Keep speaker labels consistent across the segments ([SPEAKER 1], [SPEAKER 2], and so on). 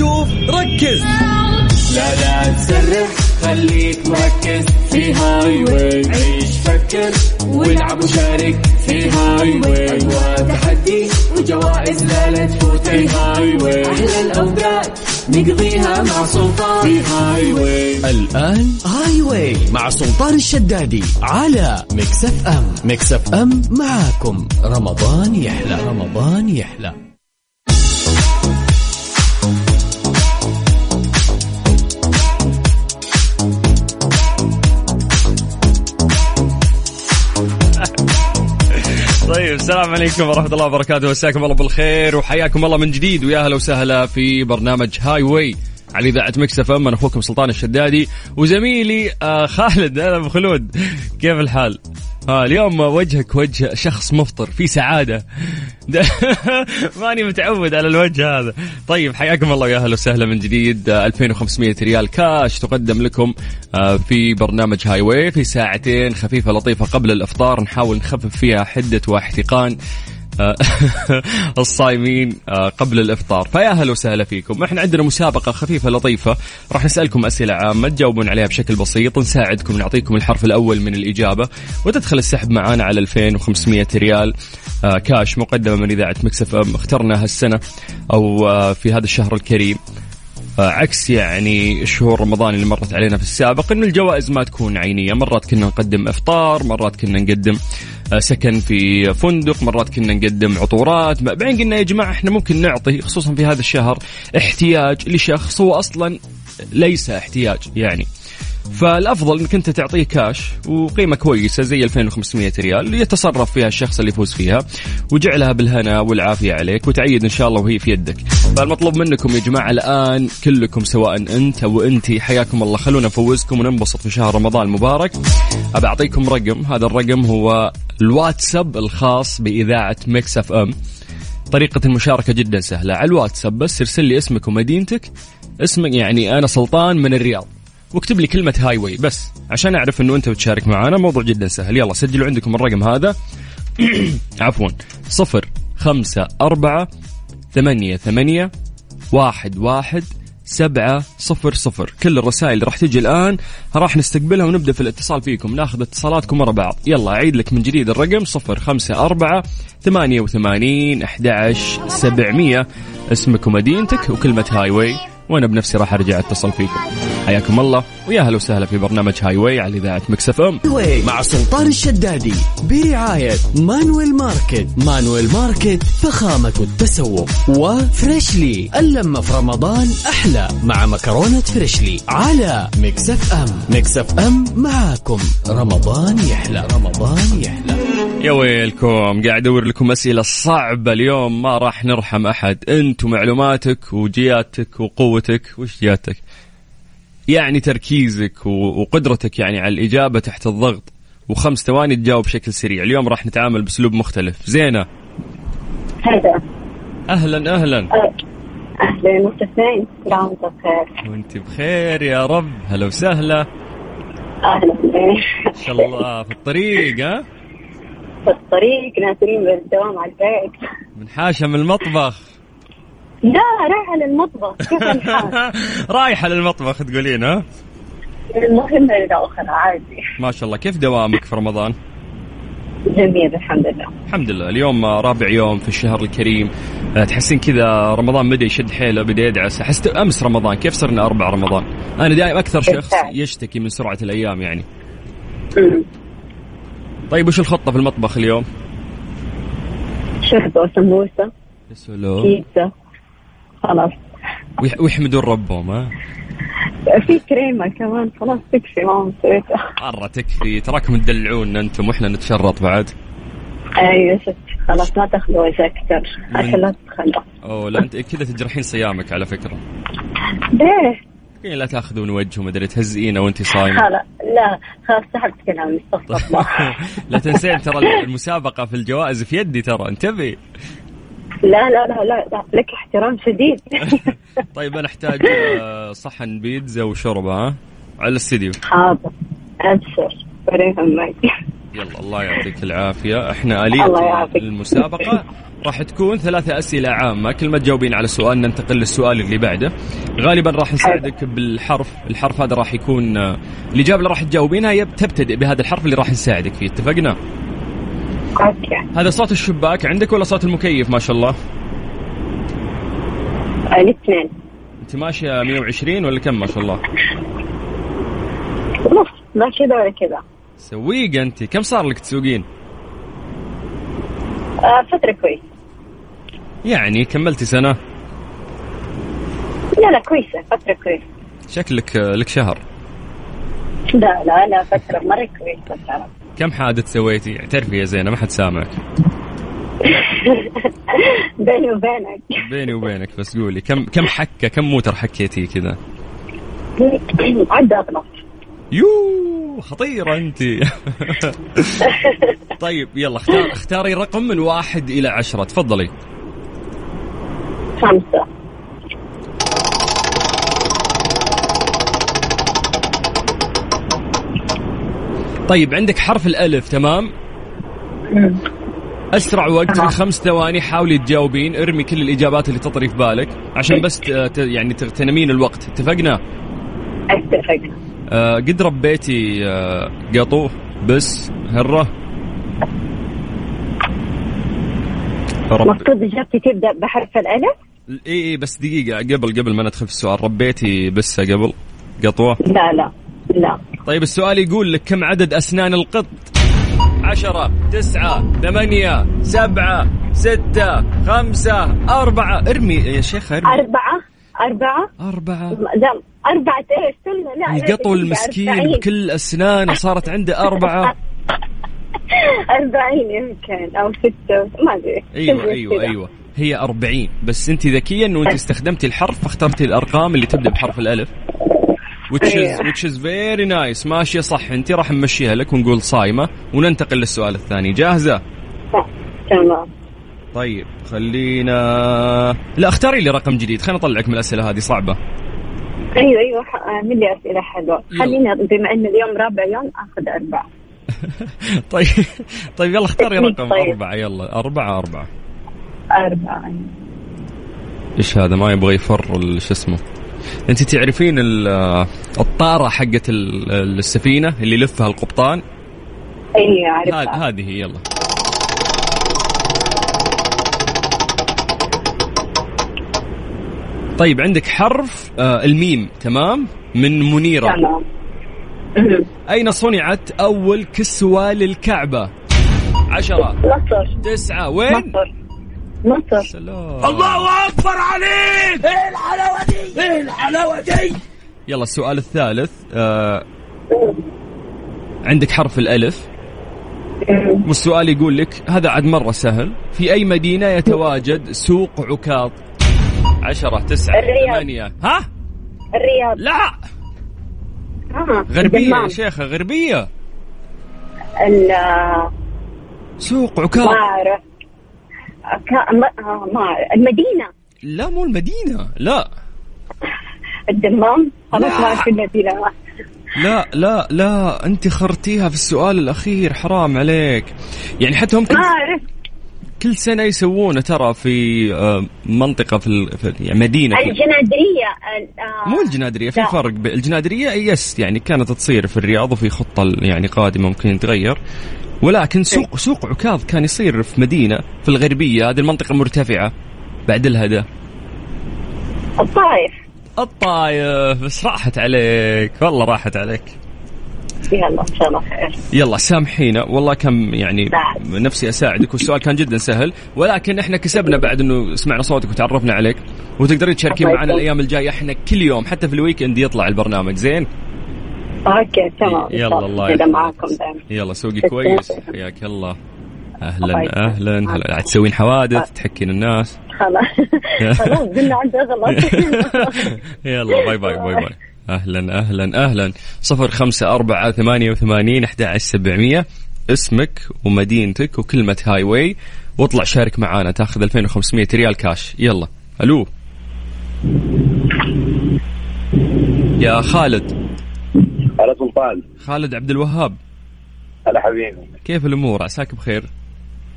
[SPEAKER 1] ركز
[SPEAKER 2] لا لا تسرح خليك مركز في هاي واي عيش فكر والعب وشارك في هاي واي أجواء تحدي وجوائز لا لا تفوت في هاي واي أحلى الأوقات نقضيها مع سلطان في هاي واي
[SPEAKER 1] الآن هاي واي مع سلطان الشدادي على مكسف أم مكسف أم معاكم رمضان يحلى رمضان يحلى
[SPEAKER 3] طيب السلام عليكم ورحمة الله وبركاته مساكم الله بالخير وحياكم الله من جديد ويا هلا وسهلا في برنامج هاي واي على إذاعة مكس اف ام أنا أخوكم سلطان الشدادي وزميلي آه خالد أنا أبو خلود كيف الحال؟ آه اليوم وجهك وجه شخص مفطر في سعادة ماني متعود على الوجه هذا طيب حياكم الله ويا هلا وسهلا من جديد آه، 2500 ريال كاش تقدم لكم آه، في برنامج هاي واي في ساعتين خفيفة لطيفة قبل الإفطار نحاول نخفف فيها حدة واحتقان آه، الصايمين آه، قبل الافطار فيا هلا وسهلا فيكم احنا عندنا مسابقه خفيفه لطيفه راح نسالكم اسئله عامه تجاوبون عليها بشكل بسيط نساعدكم نعطيكم الحرف الاول من الاجابه وتدخل السحب معانا على 2500 ريال آه، كاش مقدمه من اذاعه مكسف ام اخترنا هالسنه او آه، في هذا الشهر الكريم آه، عكس يعني شهور رمضان اللي مرت علينا في السابق انه الجوائز ما تكون عينيه، مرات كنا نقدم افطار، مرات كنا نقدم آه، سكن في فندق، مرات كنا نقدم عطورات، بعدين قلنا يا جماعه احنا ممكن نعطي خصوصا في هذا الشهر احتياج لشخص هو اصلا ليس احتياج يعني. فالافضل انك انت تعطيه كاش وقيمه كويسه زي 2500 ريال يتصرف فيها الشخص اللي يفوز فيها وجعلها بالهنا والعافيه عليك وتعيد ان شاء الله وهي في يدك. فالمطلوب منكم يا جماعه الان كلكم سواء انت او انت حياكم الله خلونا نفوزكم وننبسط في شهر رمضان المبارك. ابى اعطيكم رقم، هذا الرقم هو الواتساب الخاص باذاعه مكس اف ام. طريقة المشاركة جدا سهلة على الواتساب بس ارسل لي اسمك ومدينتك اسمك يعني أنا سلطان من الرياض واكتب لي كلمة هاي واي بس عشان أعرف أنه أنت بتشارك معنا موضوع جدا سهل يلا سجلوا عندكم الرقم هذا عفوا صفر خمسة أربعة ثمانية ثمانية واحد واحد سبعة صفر صفر كل الرسائل اللي راح تجي الآن راح نستقبلها ونبدأ في الاتصال فيكم ناخذ اتصالاتكم ورا بعض يلا أعيد لك من جديد الرقم صفر خمسة أربعة ثمانية وثمانين أحد سبعمية اسمك ومدينتك وكلمة هاي واي وأنا بنفسي راح أرجع أتصل فيكم حياكم الله ويا هلا وسهلا في برنامج هاي واي على إذاعة مكسف أم
[SPEAKER 1] واي مع سلطان الشدادي برعاية مانويل ماركت مانويل ماركت فخامة التسوق وفريشلي اللمة في رمضان أحلى مع مكرونة فريشلي على مكسف أم مكسف أم معاكم رمضان يحلى رمضان يحلى
[SPEAKER 3] يا ويلكم قاعد ادور لكم اسئله صعبه اليوم ما راح نرحم احد انت ومعلوماتك وجياتك وقوتك وش جياتك يعني تركيزك و- وقدرتك يعني على الاجابه تحت الضغط وخمس ثواني تجاوب بشكل سريع اليوم راح نتعامل باسلوب مختلف زينه
[SPEAKER 4] هلا
[SPEAKER 3] اهلا اهلا
[SPEAKER 4] اهلا وسهلا كل عام وانتم بخير
[SPEAKER 3] وانت بخير يا رب هلا وسهلا
[SPEAKER 4] اهلا
[SPEAKER 3] ان شاء الله في الطريق ها
[SPEAKER 4] في الطريق نازلين من الدوام على البيت
[SPEAKER 3] من حاشا من المطبخ
[SPEAKER 4] لا رايحه للمطبخ كيف الحال؟
[SPEAKER 3] رايحه للمطبخ تقولين ها
[SPEAKER 4] المهم الى اخرى عادي
[SPEAKER 3] ما شاء الله كيف دوامك في رمضان
[SPEAKER 4] جميل الحمد لله
[SPEAKER 3] الحمد لله اليوم رابع يوم في الشهر الكريم آه، تحسين كذا رمضان بدا يشد حيله بدا يدعس حسيت امس رمضان كيف صرنا اربع رمضان انا دائما اكثر شخص
[SPEAKER 4] بالفعل.
[SPEAKER 3] يشتكي من سرعه الايام يعني
[SPEAKER 4] أمم.
[SPEAKER 3] طيب وش الخطه في المطبخ اليوم
[SPEAKER 4] شربة وسموسه
[SPEAKER 3] يا
[SPEAKER 5] إيه.
[SPEAKER 3] سلام
[SPEAKER 4] بيتزا خلاص
[SPEAKER 3] ويح- ويحمدون ربهم ها
[SPEAKER 4] في كريمه كمان خلاص تكفي ما مسويتها
[SPEAKER 3] مره تكفي تراكم تدلعون انتم واحنا نتشرط بعد
[SPEAKER 4] ايوه شفت خلاص ما تاخذ وجه اكثر عشان لا تتخلى
[SPEAKER 3] او لا انت كذا تجرحين صيامك على فكره
[SPEAKER 4] ليه؟
[SPEAKER 3] إيه، لا تاخذون وجه وما ادري تهزئينه وانت صايمه
[SPEAKER 4] خلاص لا خلاص سحبت كلامي استغفر الله
[SPEAKER 3] لا تنسين ترى المسابقة في الجوائز في يدي ترى انتبهي
[SPEAKER 4] لا لا لا لا, لا. لك احترام شديد
[SPEAKER 3] طيب انا احتاج آه، صحن بيتزا وشوربة ها على الاستديو
[SPEAKER 4] حاضر ابشر ولا يهمك
[SPEAKER 3] يلا الله يعطيك العافية احنا آلية
[SPEAKER 5] الله يعافيك.
[SPEAKER 3] المسابقة راح تكون ثلاثة أسئلة عامة كل ما تجاوبين على سؤال ننتقل للسؤال اللي بعده غالبا راح نساعدك بالحرف الحرف هذا راح يكون آه، الإجابة اللي راح تجاوبينها يب- تبتدئ بهذا الحرف اللي راح نساعدك فيه اتفقنا
[SPEAKER 5] اوكي
[SPEAKER 3] هذا صوت الشباك عندك ولا صوت المكيف ما شاء الله
[SPEAKER 5] آه، الاثنين
[SPEAKER 3] انت ماشية 120 ولا كم ما شاء الله
[SPEAKER 5] نص لا كذا ولا كذا
[SPEAKER 3] سويق انت كم صار لك تسوقين
[SPEAKER 5] آه، فترة كويسة
[SPEAKER 3] يعني كملتي سنة
[SPEAKER 5] لا لا كويسة فترة كويسة
[SPEAKER 3] شكلك آه، لك شهر
[SPEAKER 5] لا لا لا فترة مرة كويسة ترى
[SPEAKER 3] كم حادث سويتي اعترفي يا زينة ما حد سامعك
[SPEAKER 5] بيني وبينك
[SPEAKER 3] بيني وبينك بس قولي كم كم حكه كم موتر حكيتي كذا
[SPEAKER 5] عدى اغلط
[SPEAKER 3] يو خطيره انت طيب يلا اختار اختاري رقم من واحد الى عشرة تفضلي
[SPEAKER 5] خمسة
[SPEAKER 3] طيب عندك حرف الالف تمام اسرع وقت في
[SPEAKER 5] تمام.
[SPEAKER 3] خمس ثواني حاولي تجاوبين ارمي كل الاجابات اللي تطري في بالك عشان بس ت- ت- يعني تغتنمين الوقت اتفقنا
[SPEAKER 5] اتفق
[SPEAKER 3] آه قد ربيتي آه قطو بس هره رب-
[SPEAKER 5] المفروض اجابتي تبدا بحرف الالف
[SPEAKER 3] اي اي بس دقيقة قبل قبل ما ندخل في السؤال ربيتي بسة قبل قطوة
[SPEAKER 5] لا لا لا
[SPEAKER 3] طيب السؤال يقول لك كم عدد أسنان القط عشرة تسعة ثمانية سبعة ستة خمسة أربعة ارمي يا شيخ ارمي
[SPEAKER 5] أربعة أربعة
[SPEAKER 3] أربعة
[SPEAKER 5] لا أربعة إيش سنة لا لا،
[SPEAKER 3] القطو
[SPEAKER 5] دقيقة،
[SPEAKER 3] المسكين
[SPEAKER 5] أربعين.
[SPEAKER 3] بكل أسنانه صارت عنده أربعة
[SPEAKER 5] أربعين يمكن أو ستة ما أدري
[SPEAKER 3] أيوة
[SPEAKER 5] شبه
[SPEAKER 3] أيوة
[SPEAKER 5] كذا.
[SPEAKER 3] أيوة هي أربعين بس أنت ذكية أنه أنت استخدمتي الحرف فاخترتي الأرقام اللي تبدأ بحرف الألف which is
[SPEAKER 5] أيوة.
[SPEAKER 3] which is very nice ماشيه صح انت راح نمشيها لك ونقول صايمه وننتقل للسؤال الثاني جاهزه أيوة.
[SPEAKER 5] تمام
[SPEAKER 3] طيب خلينا لا اختاري لي رقم جديد خلينا اطلعك من الاسئله هذه صعبه
[SPEAKER 5] أيوة أيوة ح- آه، من لي أسئلة حلوة
[SPEAKER 3] يلا.
[SPEAKER 5] خلينا بما إن اليوم رابع يوم آخذ أربعة
[SPEAKER 3] طيب طيب يلا اختاري
[SPEAKER 5] تكنيك
[SPEAKER 3] رقم
[SPEAKER 5] طيب.
[SPEAKER 3] أربعة يلا أربعة أربعة
[SPEAKER 5] أربعة
[SPEAKER 3] إيش هذا ما يبغى يفر ال- شو اسمه أنت تعرفين ال- الطارة حقت ال- السفينة اللي يلفها القبطان
[SPEAKER 5] أيوة
[SPEAKER 3] هذه
[SPEAKER 5] أعرفها
[SPEAKER 3] هذه هي، يلا طيب عندك حرف آه الميم تمام من منيرة
[SPEAKER 5] تمام مم.
[SPEAKER 3] أين صنعت أول كسوة للكعبة عشرة
[SPEAKER 5] مصر
[SPEAKER 3] تسعة وين
[SPEAKER 5] مصر مصر
[SPEAKER 3] الله يلا السؤال الثالث آه عندك حرف الألف
[SPEAKER 5] مم.
[SPEAKER 3] والسؤال يقول لك هذا عاد مرة سهل في أي مدينة يتواجد سوق عكاظ عشرة تسعة
[SPEAKER 5] الرياض.
[SPEAKER 3] ثمانية ها
[SPEAKER 5] الرياض
[SPEAKER 3] لا
[SPEAKER 5] آه،
[SPEAKER 3] غربية يا
[SPEAKER 5] الدمام.
[SPEAKER 3] شيخة غربية
[SPEAKER 5] ال- آه،
[SPEAKER 3] سوق
[SPEAKER 5] ما
[SPEAKER 3] عكاظ
[SPEAKER 5] أعرف أكا- ما آه، ما أعرف. المدينة
[SPEAKER 3] لا مو المدينة لا
[SPEAKER 5] الدمام
[SPEAKER 3] لا.
[SPEAKER 5] خلاص ما في المدينة
[SPEAKER 3] لا لا لا انت خرتيها في السؤال الاخير حرام عليك يعني حتى هم كل
[SPEAKER 5] ما أعرف
[SPEAKER 3] كل سنه يسوونه ترى في آه، منطقه في, ال... في ال- يعني مدينه
[SPEAKER 5] أيوة.
[SPEAKER 3] في...
[SPEAKER 5] الجنادرية ال- آه،
[SPEAKER 3] مو الجنادريه في
[SPEAKER 5] لا.
[SPEAKER 3] فرق ب... الجنادريه يس يعني كانت تصير في الرياض وفي خطه ال- يعني قادمه ممكن يتغير
[SPEAKER 5] إيه.
[SPEAKER 3] ولكن سوق سوق عكاظ كان يصير في مدينه في الغربيه هذه المنطقه مرتفعه بعد الهدى
[SPEAKER 5] الطائف
[SPEAKER 3] الطايف بس راحت عليك والله راحت عليك
[SPEAKER 5] يلا ان شاء الله خير
[SPEAKER 3] يلا سامحينا والله كم يعني
[SPEAKER 5] بعد.
[SPEAKER 3] نفسي اساعدك والسؤال كان جدا سهل ولكن احنا كسبنا بعد انه سمعنا صوتك وتعرفنا عليك وتقدري تشاركين
[SPEAKER 5] الله
[SPEAKER 3] معنا
[SPEAKER 5] يسلمك.
[SPEAKER 3] الايام الجايه احنا كل يوم حتى في الويكند يطلع البرنامج زين
[SPEAKER 5] اوكي تمام
[SPEAKER 3] يلا الله
[SPEAKER 5] كذا
[SPEAKER 3] يسلمك.
[SPEAKER 5] معاكم دائما
[SPEAKER 3] يلا سوقي
[SPEAKER 5] شكراً.
[SPEAKER 3] كويس حياك الله
[SPEAKER 5] الله
[SPEAKER 3] اهلا
[SPEAKER 5] يسلمك. آه.
[SPEAKER 3] اهلا هلا قاعد تسوين حوادث تحكين الناس
[SPEAKER 5] خلاص خلاص قلنا عندي غلط
[SPEAKER 3] يلا باي باي باي باي اهلا اهلا اهلا صفر خمسة أربعة ثمانية وثمانين أحد عشر سبعمية اسمك ومدينتك وكلمة هاي واي واطلع شارك معانا تاخذ 2500 ريال كاش يلا الو يا خالد
[SPEAKER 6] على سلطان
[SPEAKER 3] خالد عبد الوهاب
[SPEAKER 7] هلا حبيبي
[SPEAKER 3] كيف الامور عساك بخير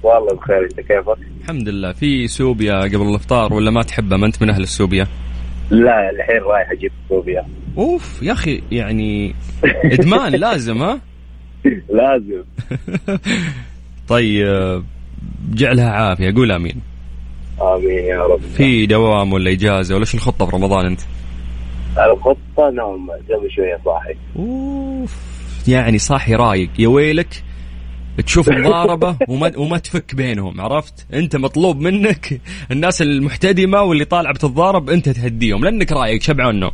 [SPEAKER 7] والله بخير انت كيفك؟
[SPEAKER 3] الحمد لله في سوبيا قبل الافطار ولا ما تحبها ما انت من اهل السوبيا
[SPEAKER 7] لا الحين رايح اجيب كوبيا
[SPEAKER 3] اوف يا اخي يعني ادمان لازم ها
[SPEAKER 7] لازم
[SPEAKER 3] طيب جعلها عافيه قول امين
[SPEAKER 7] امين يا رب
[SPEAKER 3] في دوام ولا اجازه ولا شو الخطه في رمضان انت
[SPEAKER 7] الخطه نوم قبل شويه صاحي
[SPEAKER 3] اوف يعني صاحي رايق يا ويلك تشوف مضاربة وما, وما تفك بينهم عرفت انت مطلوب منك الناس المحتدمة واللي طالعة بتتضارب انت تهديهم لانك رايق شبعان نوم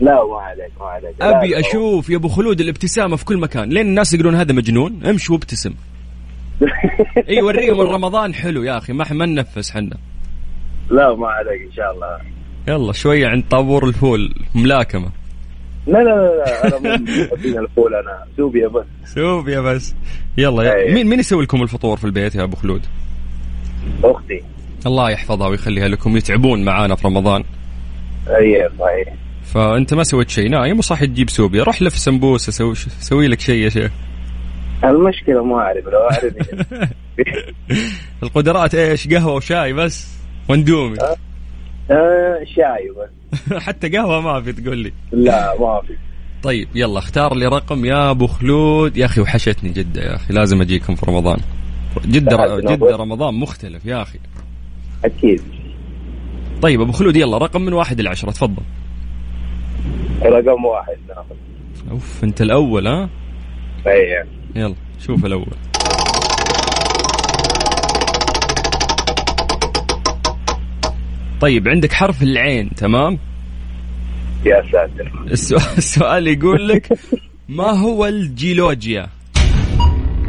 [SPEAKER 7] لا ما عليك ما عليك
[SPEAKER 3] ابي
[SPEAKER 7] لازم.
[SPEAKER 3] اشوف يا ابو خلود الابتسامه في كل مكان لين الناس يقولون هذا مجنون امش وابتسم اي وريهم إن رمضان حلو يا اخي ما ما ننفس حنا
[SPEAKER 7] لا ما عليك ان شاء الله
[SPEAKER 3] يلا شويه عند طابور الفول ملاكمه
[SPEAKER 7] لا لا لا, لا. انا مو من الفول انا سوبيا بس
[SPEAKER 3] شوف يا بس يلا يا.
[SPEAKER 7] أي.
[SPEAKER 3] مين مين يسوي لكم الفطور في البيت يا ابو خلود
[SPEAKER 7] اختي
[SPEAKER 3] الله يحفظها ويخليها لكم يتعبون معانا في رمضان
[SPEAKER 7] اي صحيح
[SPEAKER 3] فانت ما سويت شيء نايم وصاحي تجيب سوبيا روح لف سمبوسه سوي سوي لك شيء يا شيخ
[SPEAKER 7] المشكله ما اعرف لو اعرف
[SPEAKER 3] القدرات ايش قهوه وشاي بس واندومي
[SPEAKER 7] آه، شاي بس
[SPEAKER 3] حتى قهوه ما في تقول لي
[SPEAKER 7] لا ما في
[SPEAKER 3] طيب يلا اختار لي رقم يا ابو خلود يا اخي وحشتني جده يا اخي لازم اجيكم في رمضان جده
[SPEAKER 7] بعد
[SPEAKER 3] جده
[SPEAKER 7] نظر.
[SPEAKER 3] رمضان مختلف يا اخي
[SPEAKER 7] اكيد
[SPEAKER 3] طيب ابو خلود يلا رقم من واحد الى عشره تفضل
[SPEAKER 7] رقم واحد ناخذ
[SPEAKER 3] اوف انت الاول ها
[SPEAKER 7] اي
[SPEAKER 3] يلا شوف الاول طيب عندك حرف العين تمام
[SPEAKER 7] يا ساتر
[SPEAKER 3] السؤال, السؤال يقول لك ما هو الجيولوجيا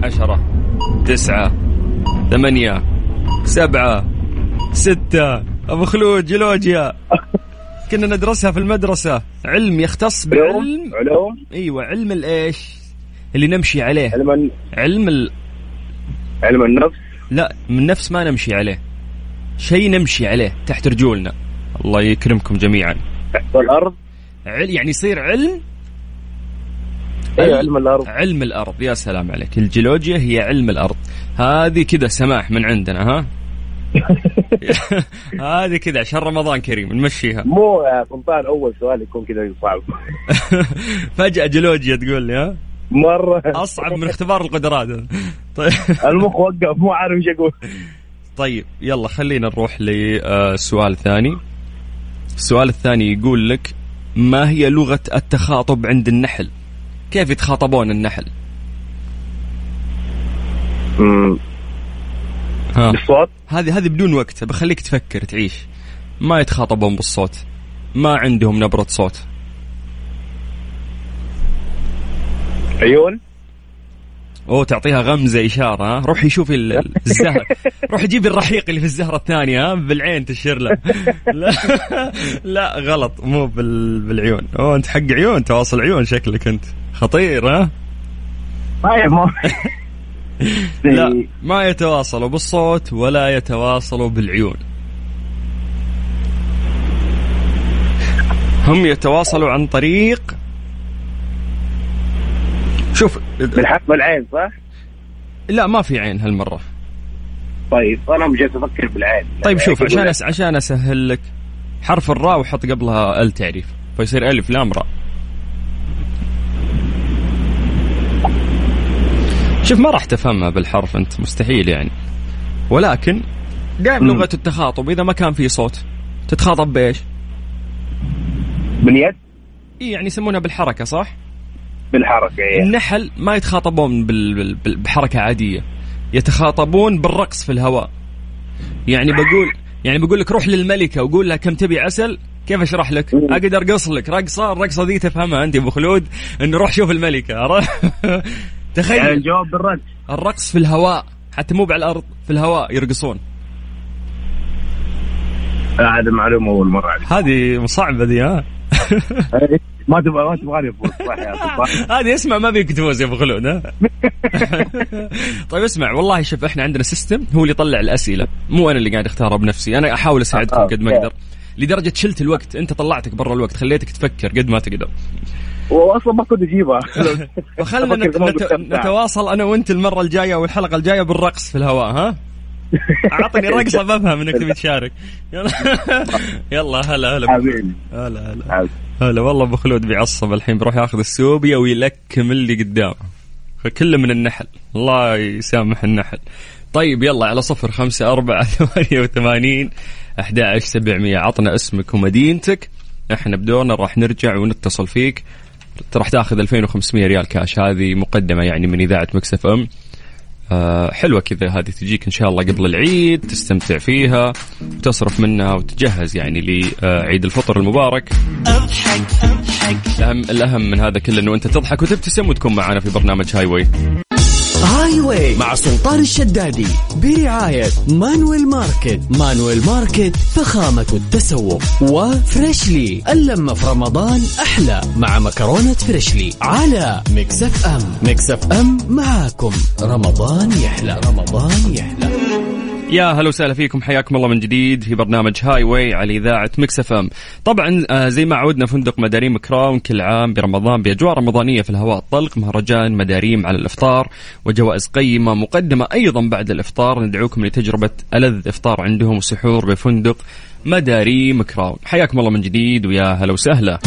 [SPEAKER 3] عشرة تسعة ثمانية سبعة ستة أبو خلود جيولوجيا كنا ندرسها في المدرسة علم يختص بعلم
[SPEAKER 7] علوم علوم
[SPEAKER 3] أيوة علم الإيش اللي نمشي عليه
[SPEAKER 7] علم الن-
[SPEAKER 3] علم ال...
[SPEAKER 7] علم النفس
[SPEAKER 3] لا من نفس ما نمشي عليه شيء نمشي عليه تحت رجولنا الله يكرمكم جميعا
[SPEAKER 7] والارض
[SPEAKER 3] عل... يعني يصير علم
[SPEAKER 7] اي علم الارض
[SPEAKER 3] علم الارض يا سلام عليك الجيولوجيا هي علم الارض هذه كذا سماح من عندنا ها هذه كذا عشان رمضان كريم نمشيها
[SPEAKER 7] مو يا سلطان اول سؤال يكون كذا صعب
[SPEAKER 3] فجأة جيولوجيا تقول لي ها
[SPEAKER 7] مره
[SPEAKER 3] أصعب من اختبار القدرات هذا. طيب
[SPEAKER 7] المخ وقف مو عارف ايش اقول
[SPEAKER 3] طيب يلا خلينا نروح لسؤال ثاني السؤال الثاني يقول لك ما هي لغة التخاطب عند النحل كيف يتخاطبون النحل ها
[SPEAKER 7] بالصوت
[SPEAKER 3] هذه هذه بدون وقت بخليك تفكر تعيش ما يتخاطبون بالصوت ما عندهم نبرة صوت
[SPEAKER 7] عيون
[SPEAKER 3] او تعطيها غمزة إشارة ها روحي شوفي ال- ال- الزهر روحي جيبي الرحيق اللي في الزهرة الثانية ها بالعين تشير له لا, لا غلط مو بال... بالعيون اوه انت حق عيون تواصل عيون شكلك انت خطير ها
[SPEAKER 7] طيب ما إيه.
[SPEAKER 3] لا ما يتواصلوا بالصوت ولا يتواصلوا بالعيون هم يتواصلوا عن طريق شوف
[SPEAKER 7] بالحق بالعين صح؟
[SPEAKER 3] لا ما في عين هالمره
[SPEAKER 7] طيب انا جالس افكر بالعين
[SPEAKER 3] طيب شوف
[SPEAKER 7] أقول
[SPEAKER 3] عشان
[SPEAKER 7] يعني لك.
[SPEAKER 3] أس عشان اسهل لك حرف الراء وحط قبلها ال تعريف فيصير الف لام راء شوف ما راح تفهمها بالحرف انت مستحيل يعني ولكن دائما لغه التخاطب اذا ما كان في صوت تتخاطب بايش؟
[SPEAKER 7] من يد
[SPEAKER 3] إيه يعني يسمونها بالحركه صح؟
[SPEAKER 7] بالحركه إيه.
[SPEAKER 3] يعني النحل ما يتخاطبون بال... بال... بال- بحركه عاديه يتخاطبون بالرقص في الهواء يعني بقول يعني بقول لك روح للملكه وقول لها كم تبي عسل كيف اشرح لك؟ اقدر ارقص لك رقصه الرقصه دي تفهمها انت يا ابو خلود انه روح شوف الملكه عرفت؟
[SPEAKER 7] يعني
[SPEAKER 3] تخيل
[SPEAKER 7] الجواب بالرد
[SPEAKER 3] الرقص في الهواء حتى مو على الارض في الهواء يرقصون
[SPEAKER 7] آه، هذا معلومه اول مره عليك
[SPEAKER 3] هذه صعبه ذي ها
[SPEAKER 7] ما تبغى ما تبغاني افوز صح يا سلطان
[SPEAKER 3] هذه اسمع ما بيك تفوز يا ابو خلود ها طيب اسمع والله شوف احنا عندنا سيستم هو اللي يطلع الاسئله مو انا اللي قاعد اختارها بنفسي انا احاول اساعدكم قد ما اقدر لدرجه شلت الوقت انت طلعتك برا الوقت خليتك تفكر قد ما تقدر
[SPEAKER 7] واصلا ما كنت اجيبها
[SPEAKER 3] فخلنا
[SPEAKER 7] أفكر
[SPEAKER 3] نت...
[SPEAKER 7] كمان
[SPEAKER 3] نت...
[SPEAKER 7] قلت أبدع.
[SPEAKER 3] نتواصل انا وانت المره الجايه او الحلقه الجايه بالرقص في الهواء ها اعطني رقصه بفهم انك تبي تشارك يلا يلا هلا هلا
[SPEAKER 7] حبيبي
[SPEAKER 3] هلا هلا
[SPEAKER 7] حبيبي.
[SPEAKER 3] هلا والله ابو خلود بيعصب الحين بيروح ياخذ السوبيا ويلكم اللي قدامه فكله من النحل الله يسامح النحل طيب يلا على صفر خمسة أربعة ثمانية وثمانين أحد عشر سبعمية عطنا اسمك ومدينتك احنا بدورنا راح نرجع ونتصل فيك راح تاخذ 2500 ريال كاش هذه مقدمة يعني من إذاعة مكسف أم آه، حلوة كذا هذه تجيك إن شاء الله قبل العيد تستمتع فيها وتصرف منها وتجهز يعني لعيد الفطر المبارك الأهم الأهم من هذا كله إنه أنت تضحك وتبتسم وتكون معنا في برنامج هاي واي
[SPEAKER 1] هاي واي مع سلطان الشدادي برعاية مانويل ماركت مانويل ماركت فخامة التسوق وفريشلي اللمة في رمضان أحلى مع مكرونة فريشلي على مكسف أم مكسف أم معاكم رمضان يحلى رمضان يحلى
[SPEAKER 3] يا هلا وسهلا فيكم حياكم الله من جديد في برنامج هاي واي على اذاعه مكس اف ام. طبعا آه، زي ما عودنا فندق مداريم كراون كل عام برمضان باجواء رمضانيه في الهواء الطلق مهرجان مداريم على الافطار وجوائز قيمه مقدمه ايضا بعد الافطار ندعوكم لتجربه الذ افطار عندهم وسحور بفندق مداريم كراون. حياكم الله من جديد ويا هلا وسهلا.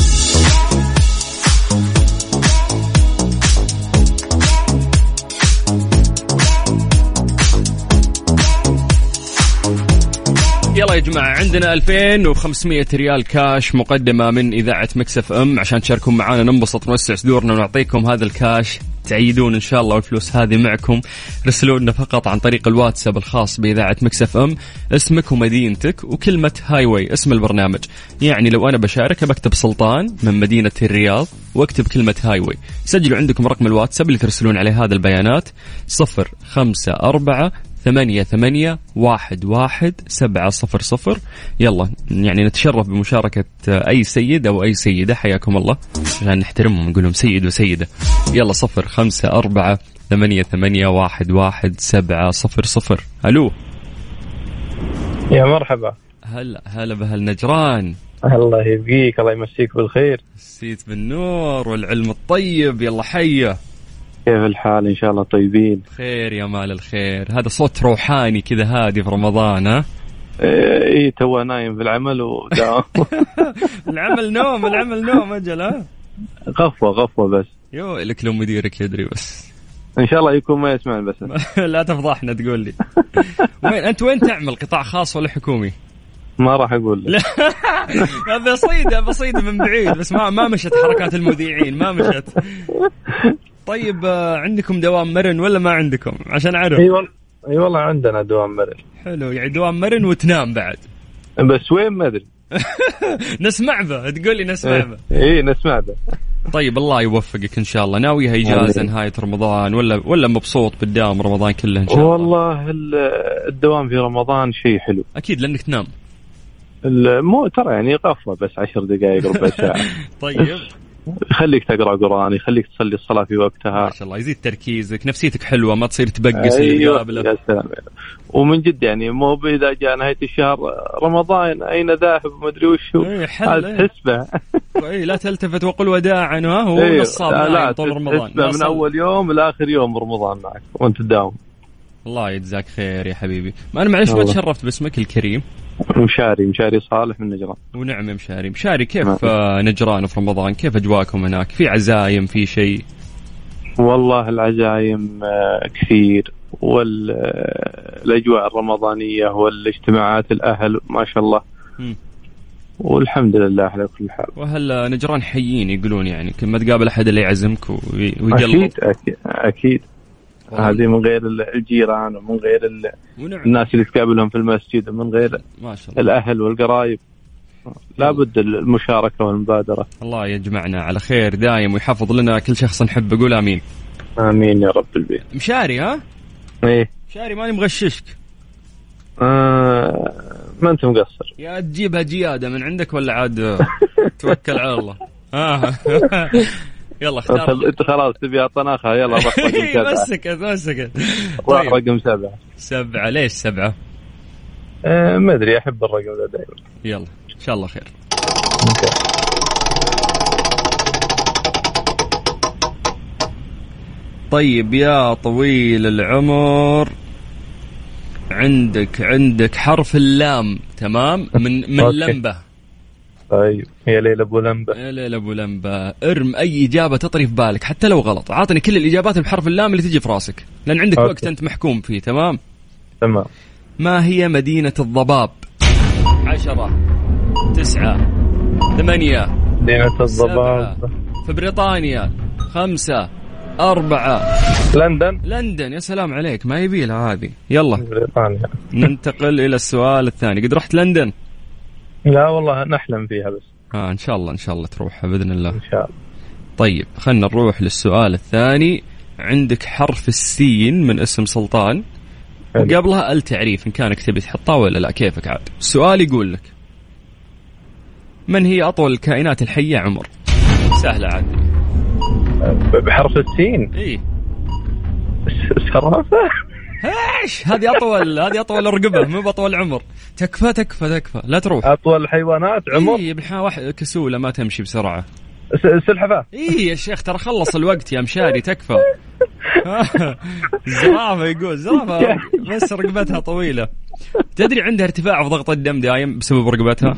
[SPEAKER 3] يلا يا جماعة عندنا 2500 ريال كاش مقدمة من إذاعة مكسف أم عشان تشاركوا معنا ننبسط ونوسع صدورنا ونعطيكم هذا الكاش تعيدون إن شاء الله والفلوس هذه معكم رسلوا لنا فقط عن طريق الواتساب الخاص بإذاعة مكسف أم اسمك ومدينتك وكلمة هاي واي اسم البرنامج يعني لو أنا بشارك بكتب سلطان من مدينة الرياض واكتب كلمة هاي واي سجلوا عندكم رقم الواتساب اللي ترسلون عليه هذا البيانات 054 ثمانية ثمانية واحد واحد سبعة صفر صفر يلا يعني نتشرف بمشاركة أي سيد أو أي سيدة حياكم الله عشان نحترمهم نقول لهم سيد وسيدة يلا صفر خمسة أربعة ثمانية ثمانية واحد واحد سبعة صفر صفر ألو
[SPEAKER 8] يا مرحبا
[SPEAKER 3] هلا هلا بهال نجران
[SPEAKER 8] الله يبقيك الله يمسيك بالخير
[SPEAKER 3] سيت بالنور والعلم الطيب يلا حيا
[SPEAKER 8] كيف الحال ان شاء الله طيبين
[SPEAKER 3] خير يا مال الخير هذا صوت روحاني كذا هادي في رمضان ها
[SPEAKER 8] اي تو إيه، نايم في العمل وداوم
[SPEAKER 3] العمل نوم العمل نوم أجل ها
[SPEAKER 8] غفوه غفوه بس
[SPEAKER 3] يو لك لو مديرك يدري بس
[SPEAKER 8] ان شاء الله يكون ما يسمعنا بس
[SPEAKER 3] لا تفضحنا تقول لي وين انت وين تعمل قطاع خاص ولا حكومي؟
[SPEAKER 8] ما راح اقول لك
[SPEAKER 3] ابي اصيد ابي اصيد من بعيد بس ما ما مشت حركات المذيعين ما مشت طيب آه، عندكم دوام مرن ولا ما عندكم؟ عشان اعرف
[SPEAKER 8] اي والله اي والله عندنا دوام مرن
[SPEAKER 3] حلو يعني دوام مرن وتنام بعد
[SPEAKER 8] بس وين ما ادري
[SPEAKER 3] نسمع به تقول لي
[SPEAKER 8] إيه.
[SPEAKER 3] نسمع به
[SPEAKER 8] اي نسمع ذا
[SPEAKER 3] طيب الله يوفقك ان شاء الله ناويها اجازه نهايه رمضان ولا ولا مبسوط بالدام رمضان كله ان شاء الله
[SPEAKER 8] والله ال- الدوام في رمضان شيء حلو
[SPEAKER 3] اكيد لانك تنام
[SPEAKER 8] ال- مو ترى يعني غفوه بس عشر دقائق ربع ساعه
[SPEAKER 3] طيب
[SPEAKER 8] يخليك تقرا قران يخليك تصلي الصلاه في وقتها
[SPEAKER 3] ما شاء الله يزيد تركيزك نفسيتك حلوه ما تصير تبقس اللي
[SPEAKER 8] أيوة،
[SPEAKER 3] قابله
[SPEAKER 8] يا سلام ومن جد يعني مو اذا جاء نهايه الشهر رمضان اين ذاهب ما ادري وش هو
[SPEAKER 3] إيه، حل،
[SPEAKER 8] هذا
[SPEAKER 3] إيه.
[SPEAKER 8] تسبه
[SPEAKER 3] اي لا تلتفت وقل وداعا ها هو
[SPEAKER 8] إيه،
[SPEAKER 3] نصاب
[SPEAKER 8] لا،
[SPEAKER 3] نايم
[SPEAKER 8] لا
[SPEAKER 3] طول
[SPEAKER 8] تس-
[SPEAKER 3] رمضان
[SPEAKER 8] تسبه
[SPEAKER 3] لا
[SPEAKER 8] من
[SPEAKER 3] صل-
[SPEAKER 8] اول يوم لاخر يوم رمضان معك وانت تداوم
[SPEAKER 3] الله يجزاك خير يا حبيبي ما انا معلش ما
[SPEAKER 8] والله.
[SPEAKER 3] تشرفت باسمك الكريم
[SPEAKER 8] مشاري مشاري صالح من نجران
[SPEAKER 3] ونعم يا مشاري مشاري كيف
[SPEAKER 8] نعم.
[SPEAKER 3] آه، نجران في رمضان كيف اجواكم هناك في عزايم في شيء
[SPEAKER 8] والله العزايم آه، كثير والاجواء الرمضانيه والاجتماعات الاهل ما شاء الله
[SPEAKER 3] مم.
[SPEAKER 8] والحمد لله على كل حال
[SPEAKER 3] وهل آه، نجران حيين يقولون يعني كل ما تقابل احد اللي يعزمك وي- ويقلب
[SPEAKER 8] اكيد اكيد اكيد
[SPEAKER 3] والله.
[SPEAKER 8] هذه نعم. من غير الجيران ومن غير ال...
[SPEAKER 3] ونعم
[SPEAKER 8] الناس اللي تقابلهم في المسجد من غير
[SPEAKER 3] ما شاء الله
[SPEAKER 8] الاهل والقرايب لابد المشاركه والمبادره
[SPEAKER 3] الله يجمعنا على خير دايم ويحفظ لنا كل شخص نحب قول امين
[SPEAKER 8] امين يا رب البيت
[SPEAKER 3] مشاري ها
[SPEAKER 8] ايه
[SPEAKER 3] مشاري ماني مغششك
[SPEAKER 8] آه ما انت مقصر
[SPEAKER 3] يا تجيبها جياده من عندك ولا عاد توكل على الله آه. يلا
[SPEAKER 8] انت,
[SPEAKER 3] اختار
[SPEAKER 8] انت خلاص تبي طناخه يلا روح رقم سبعه
[SPEAKER 3] مسكت مسكت
[SPEAKER 8] روح
[SPEAKER 3] إيه، طيب
[SPEAKER 8] رقم سبعه
[SPEAKER 3] سبعه ليش سبعه؟
[SPEAKER 8] آه ما ادري احب الرقم ذا دائما
[SPEAKER 3] يلا ان شاء الله خير طيب يا طويل العمر عندك عندك حرف اللام تمام من من
[SPEAKER 8] أوكي.
[SPEAKER 3] لمبه
[SPEAKER 8] طيب يا ليل ابو لمبه
[SPEAKER 3] يا ليل ابو لمبه ارم اي اجابه تطري في بالك حتى لو غلط عاطني كل الاجابات بحرف اللام اللي تجي في راسك لان عندك
[SPEAKER 8] أوكي.
[SPEAKER 3] وقت انت محكوم فيه تمام
[SPEAKER 8] تمام
[SPEAKER 3] ما هي مدينه الضباب عشرة تسعة ثمانية
[SPEAKER 8] مدينة
[SPEAKER 3] سبعة
[SPEAKER 8] الضباب
[SPEAKER 3] في بريطانيا خمسة أربعة
[SPEAKER 8] لندن
[SPEAKER 3] لندن يا سلام عليك ما يبيلها هذه يلا
[SPEAKER 8] بريطانيا
[SPEAKER 3] ننتقل إلى السؤال الثاني قد رحت لندن
[SPEAKER 8] لا والله نحلم فيها بس
[SPEAKER 3] آه إن شاء الله إن شاء الله تروح بإذن الله
[SPEAKER 8] ان شاء الله
[SPEAKER 3] طيب خلنا نروح للسؤال الثاني عندك حرف السين من اسم سلطان
[SPEAKER 8] حلو.
[SPEAKER 3] وقبلها التعريف إن كانك تبي تحطها ولا لا كيفك عاد السؤال يقول لك من هي أطول الكائنات الحية عمر سهلة عاد
[SPEAKER 8] ب- بحرف السين
[SPEAKER 3] إيه
[SPEAKER 8] س- سرافة
[SPEAKER 3] ايش هذه اطول هذه اطول رقبه مو باطول عمر تكفى تكفى تكفى لا تروح إيه،
[SPEAKER 8] اطول الحيوانات عمر
[SPEAKER 3] اي بحا واحد كسوله ما تمشي بسرعه
[SPEAKER 8] س- سلحفاة
[SPEAKER 3] اي إيه يا شيخ ترى خلص الوقت يا مشاري تكفى زرافه يقول زرافه بس رقبتها طويله تدري عندها ارتفاع في ضغط الدم دايم بسبب رقبتها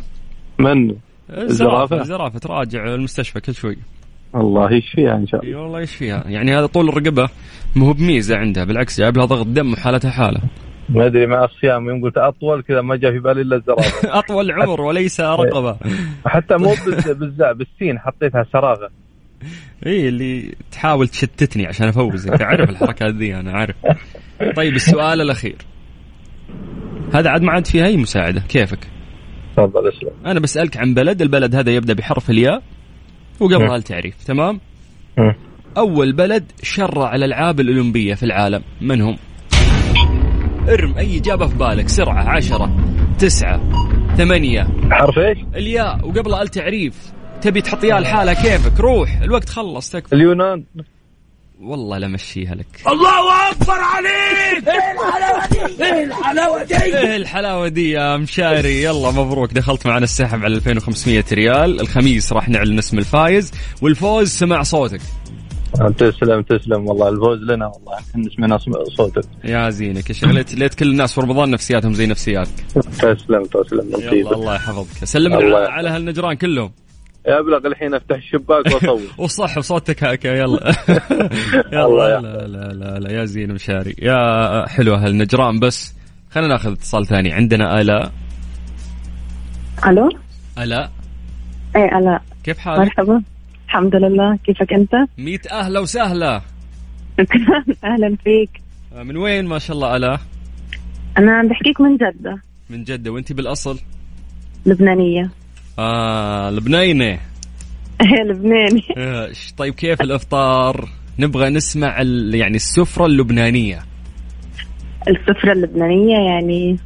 [SPEAKER 8] من
[SPEAKER 3] زرافه
[SPEAKER 8] زرافة؟
[SPEAKER 3] زرافه تراجع المستشفى كل شوي
[SPEAKER 8] الله يشفيها ان شاء الله
[SPEAKER 3] اي والله ايش فيها يعني هذا طول الرقبه مو هو بميزه عندها بالعكس جايب لها ضغط دم وحالتها حاله
[SPEAKER 8] ما ادري مع الصيام يوم قلت اطول كذا ما جاء في بالي الا الزرافة
[SPEAKER 3] اطول عمر وليس رقبه
[SPEAKER 8] حتى مو بالز- بالزاء بالسين حطيتها سراغة
[SPEAKER 3] اي إيه، اللي تحاول تشتتني عشان افوزك تعرف الحركات ذي انا عارف طيب السؤال الاخير هذا عاد ما عاد فيه اي مساعده كيفك
[SPEAKER 8] تفضل اسلم
[SPEAKER 3] انا بسالك عن بلد البلد هذا يبدا بحرف الياء وقبلها التعريف تمام
[SPEAKER 8] مم.
[SPEAKER 3] اول بلد شرع الالعاب الاولمبيه في العالم من هم ارم اي اجابه في بالك سرعه عشرة تسعة ثمانية
[SPEAKER 8] حرف ايش؟
[SPEAKER 3] الياء وقبلها التعريف تبي تحطيها لحالها كيفك روح الوقت خلص تكفى
[SPEAKER 8] اليونان
[SPEAKER 3] والله لمشيها لك ايه الحلاوه دي يا مشاري يلا مبروك دخلت معنا السحب على 2500 ريال الخميس راح نعلن اسم الفايز والفوز سمع صوتك
[SPEAKER 8] نعم، تسلم تسلم والله الفوز لنا والله احنا سمعنا صم- صوتك
[SPEAKER 3] يا زينك يا شيخ ليت, ليت كل الناس في رمضان نفسياتهم زي نفسياتك
[SPEAKER 8] تسلم تسلم
[SPEAKER 3] يلا
[SPEAKER 8] نصيبك
[SPEAKER 3] الله يحفظك سلم على,
[SPEAKER 8] الله يحفظك.
[SPEAKER 3] على هالنجران كلهم
[SPEAKER 8] يا ابلغ الحين افتح الشباك واصور
[SPEAKER 3] وصح وصوتك هكا يلا
[SPEAKER 8] الله
[SPEAKER 3] يلا
[SPEAKER 8] يحفظك.
[SPEAKER 3] لا لا لا, لا يا زين مشاري يا حلو هالنجران بس خلينا ناخذ اتصال ثاني عندنا الاء
[SPEAKER 4] الو
[SPEAKER 3] الاء
[SPEAKER 4] اي الا
[SPEAKER 3] كيف حالك؟
[SPEAKER 4] إيه، مرحبا الحمد لله كيفك انت؟
[SPEAKER 3] ميت اهلا وسهلا
[SPEAKER 4] اهلا فيك
[SPEAKER 3] آه، من وين ما شاء الله الاء؟
[SPEAKER 4] انا عم بحكيك من جدة
[SPEAKER 3] من جدة وانت بالاصل
[SPEAKER 4] لبنانية
[SPEAKER 3] آه لبنينة
[SPEAKER 4] إيه، لبناني
[SPEAKER 3] آه، ش- طيب كيف الافطار؟ نبغى نسمع ال... يعني السفرة اللبنانية
[SPEAKER 4] السفرة اللبنانية يعني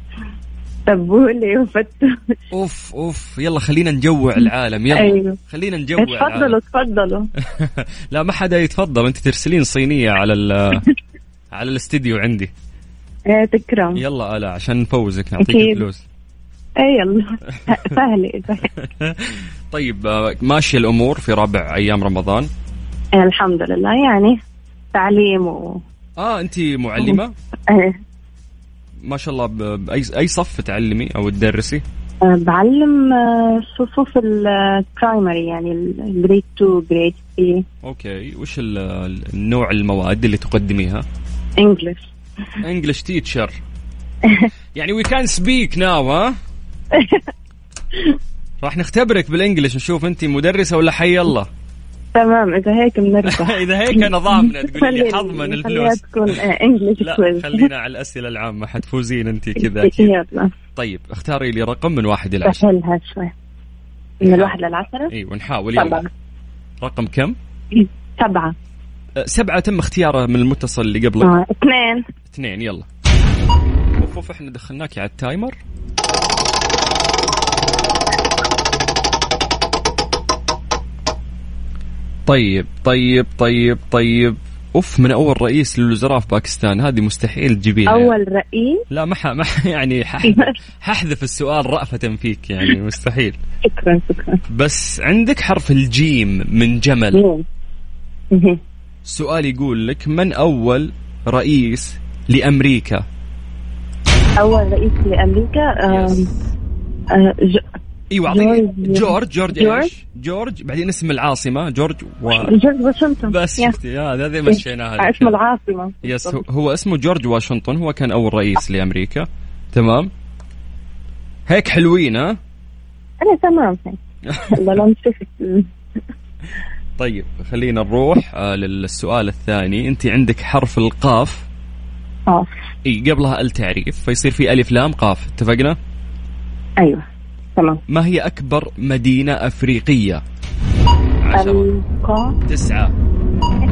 [SPEAKER 4] تبولة وفتة
[SPEAKER 3] اوف اوف يلا خلينا نجوع العالم يلا
[SPEAKER 4] أيوة.
[SPEAKER 3] خلينا نجوع
[SPEAKER 4] تفضلوا
[SPEAKER 3] العالم
[SPEAKER 4] تفضلوا
[SPEAKER 3] لا ما حدا يتفضل انت ترسلين صينية على ال... على الاستديو عندي
[SPEAKER 4] إيه، تكرم
[SPEAKER 3] يلا الا عشان نفوزك نعطيك
[SPEAKER 4] أكيد.
[SPEAKER 3] الفلوس
[SPEAKER 4] اي إيه، يلا سهلة
[SPEAKER 3] طيب آه، ماشية الامور في رابع ايام رمضان
[SPEAKER 4] إيه، الحمد لله يعني تعليم و
[SPEAKER 3] اه انت معلمة
[SPEAKER 4] إيه،
[SPEAKER 3] ما شاء الله ب... باي اي صف تعلمي او تدرسي
[SPEAKER 4] آه، بعلم آه، صفوف البرايمري يعني الجريد 2 جريد 3
[SPEAKER 3] اوكي وش ال- ال- النوع المواد اللي تقدميها؟
[SPEAKER 4] انجلش
[SPEAKER 3] انجلش تيتشر يعني وي كان سبيك ناو ها؟ راح نختبرك بالانجلش نشوف انت مدرسه ولا حي الله
[SPEAKER 4] تمام اذا هيك بنربح
[SPEAKER 3] اذا هيك انا ضامنه تقولي لي حظ من
[SPEAKER 4] خليها
[SPEAKER 3] الفلوس
[SPEAKER 4] تكون انجلش
[SPEAKER 3] لا
[SPEAKER 4] كويز
[SPEAKER 3] خلينا على الاسئله العامه حتفوزين انت كذا أكيد.
[SPEAKER 4] يلا
[SPEAKER 3] طيب اختاري لي رقم من واحد الى عشرة
[SPEAKER 4] سهلها شوي من الواحد للعشرة
[SPEAKER 3] اي ونحاول يلا
[SPEAKER 4] سبعة
[SPEAKER 3] رقم كم؟
[SPEAKER 4] سبعة
[SPEAKER 3] أه، سبعه تم اختياره من المتصل اللي قبله
[SPEAKER 4] آه، اثنين
[SPEAKER 3] طيب. اثنين يلا اوف اوف احنا دخلناك على التايمر طيب طيب طيب طيب اوف من اول رئيس للوزراء في باكستان هذه مستحيل تجيبيها يعني.
[SPEAKER 4] أول رئيس
[SPEAKER 3] لا ما ح- ما ح- يعني ححذف- ححذف السؤال رأفة فيك يعني مستحيل
[SPEAKER 4] شكرا شكرا
[SPEAKER 3] بس عندك حرف الجيم من جمل
[SPEAKER 4] مين مهم.
[SPEAKER 3] السؤال يقول لك من أول رئيس لأمريكا؟
[SPEAKER 4] اول رئيس لامريكا آم، آه، ج-
[SPEAKER 3] ايوه اعطيني
[SPEAKER 4] جورج.
[SPEAKER 3] جورج جورج
[SPEAKER 4] جورج.
[SPEAKER 3] ايش؟ جورج بعدين اسم العاصمة جورج و...
[SPEAKER 4] جورج واشنطن
[SPEAKER 3] بس
[SPEAKER 4] يا.
[SPEAKER 3] شفتي آه، هذه مشيناها
[SPEAKER 4] اسم العاصمه
[SPEAKER 3] يس هو- هو اسمه جورج واشنطن هو كان أول رئيس لأمريكا تمام هيك حلوين ها
[SPEAKER 4] انا تمام والله لو شفت
[SPEAKER 3] طيب خلينا نروح آه، للسؤال الثاني انت عندك حرف القاف
[SPEAKER 4] اه
[SPEAKER 3] اي قبلها التعريف فيصير في الف لام قاف اتفقنا
[SPEAKER 4] ايوه تمام
[SPEAKER 3] ما هي اكبر مدينه افريقيه عشرة
[SPEAKER 4] القاع
[SPEAKER 3] تسعة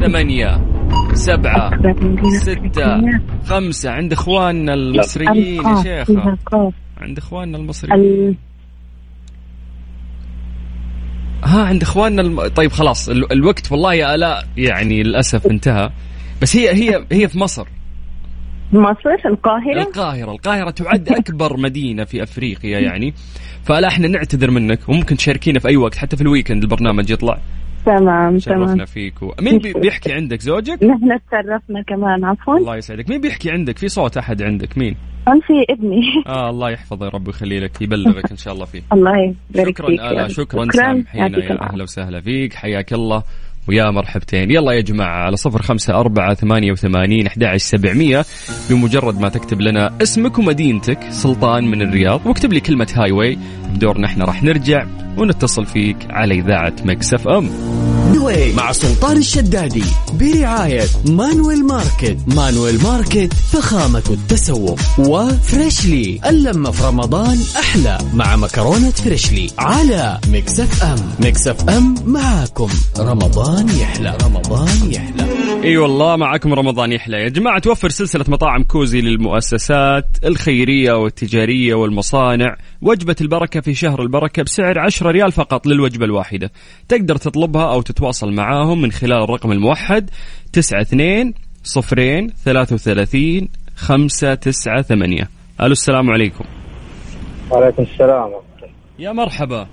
[SPEAKER 3] ثمانية سبعة
[SPEAKER 4] أكبر مدينة
[SPEAKER 3] ستة
[SPEAKER 4] أفريقية.
[SPEAKER 3] خمسة عند اخواننا المصريين يا
[SPEAKER 4] القاف فيها
[SPEAKER 3] شيخة
[SPEAKER 4] قاف
[SPEAKER 3] عند اخواننا المصريين
[SPEAKER 4] ال-
[SPEAKER 3] ها عند اخواننا الم... طيب خلاص ال... الوقت والله يا الاء يعني للاسف انتهى بس هي هي هي في مصر
[SPEAKER 4] مصر القاهرة
[SPEAKER 3] القاهرة القاهرة تعد أكبر مدينة في أفريقيا يعني فلا احنا نعتذر منك وممكن تشاركينا في أي وقت حتى في الويكند البرنامج يطلع
[SPEAKER 4] تمام
[SPEAKER 3] شرفنا
[SPEAKER 4] تمام
[SPEAKER 3] فيك و... مين بي- بيحكي عندك زوجك؟
[SPEAKER 4] نحن تشرفنا كمان عفوا
[SPEAKER 3] الله يسعدك مين بيحكي عندك في صوت أحد عندك مين؟
[SPEAKER 4] كان في ابني
[SPEAKER 3] آه الله يحفظه يا رب ويخلي لك يبلغك إن شاء الله فيه
[SPEAKER 4] الله يبارك فيك
[SPEAKER 3] شكرا
[SPEAKER 4] يا
[SPEAKER 3] آلا
[SPEAKER 4] رب.
[SPEAKER 3] شكرا سامحينا
[SPEAKER 4] يعطيك
[SPEAKER 3] يا
[SPEAKER 4] العافية.
[SPEAKER 3] أهلا وسهلا فيك حياك الله ويا مرحبتين يلا يا جماعة على صفر خمسة أربعة ثمانية وثمانين أحد سبعمية بمجرد ما تكتب لنا اسمك ومدينتك سلطان من الرياض واكتب لي كلمة هاي واي بدورنا احنا راح نرجع ونتصل فيك على إذاعة مكسف أم
[SPEAKER 1] دبي مع سلطان الشدادي برعاية مانويل ماركت مانويل ماركت فخامة التسوق وفريشلي اللمة في رمضان أحلى مع مكرونة فريشلي على مكسف أم مكسف أم معاكم رمضان يحلى رمضان يحلى
[SPEAKER 3] اي أيوة والله معكم رمضان يحلى يا جماعه توفر سلسله مطاعم كوزي للمؤسسات الخيريه والتجاريه والمصانع وجبه البركه في شهر البركه بسعر 10 ريال فقط للوجبه الواحده تقدر تطلبها او تتواصل معاهم من خلال الرقم الموحد 92 صفرين 33 598 الو السلام عليكم
[SPEAKER 7] وعليكم السلام
[SPEAKER 3] يا مرحبا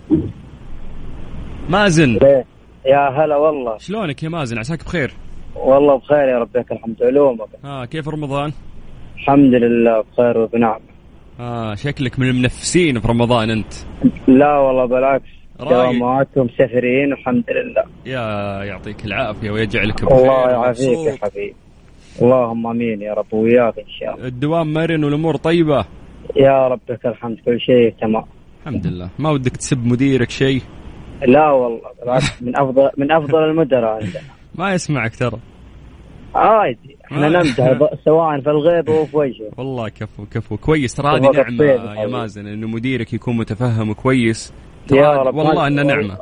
[SPEAKER 3] مازن
[SPEAKER 7] ليه؟ يا هلا والله
[SPEAKER 3] شلونك يا مازن عساك بخير
[SPEAKER 7] والله بخير يا رب لك الحمد علومك
[SPEAKER 3] ها آه، كيف رمضان
[SPEAKER 7] الحمد لله بخير وبنعم
[SPEAKER 3] آه شكلك من المنفسين في رمضان انت
[SPEAKER 7] لا والله بالعكس
[SPEAKER 3] رايق.
[SPEAKER 7] دواماتهم سفرين والحمد لله
[SPEAKER 3] يا يعطيك العافيه ويجعلك بخير
[SPEAKER 7] الله يعافيك يا
[SPEAKER 3] ومبسوط.
[SPEAKER 7] حبيبي اللهم امين يا رب وياك ان شاء الله
[SPEAKER 3] الدوام مرن والامور طيبه
[SPEAKER 7] يا رب لك الحمد كل شيء تمام
[SPEAKER 3] الحمد لله ما ودك تسب مديرك شيء
[SPEAKER 7] لا والله بالعكس من افضل من افضل المدراء عندنا
[SPEAKER 3] ما يسمعك ترى
[SPEAKER 7] عادي احنا نمدح ب- سواء في الغيب او في وجهه
[SPEAKER 3] والله كفو كفو كويس ترى هذه
[SPEAKER 7] والله
[SPEAKER 3] نعمه
[SPEAKER 7] كفيت
[SPEAKER 3] يا
[SPEAKER 7] حبيبي.
[SPEAKER 3] مازن انه مديرك يكون متفهم وكويس ترى
[SPEAKER 7] يا
[SPEAKER 3] هذه-
[SPEAKER 7] رب
[SPEAKER 3] طيب، والله
[SPEAKER 7] ما-
[SPEAKER 3] انه نعمه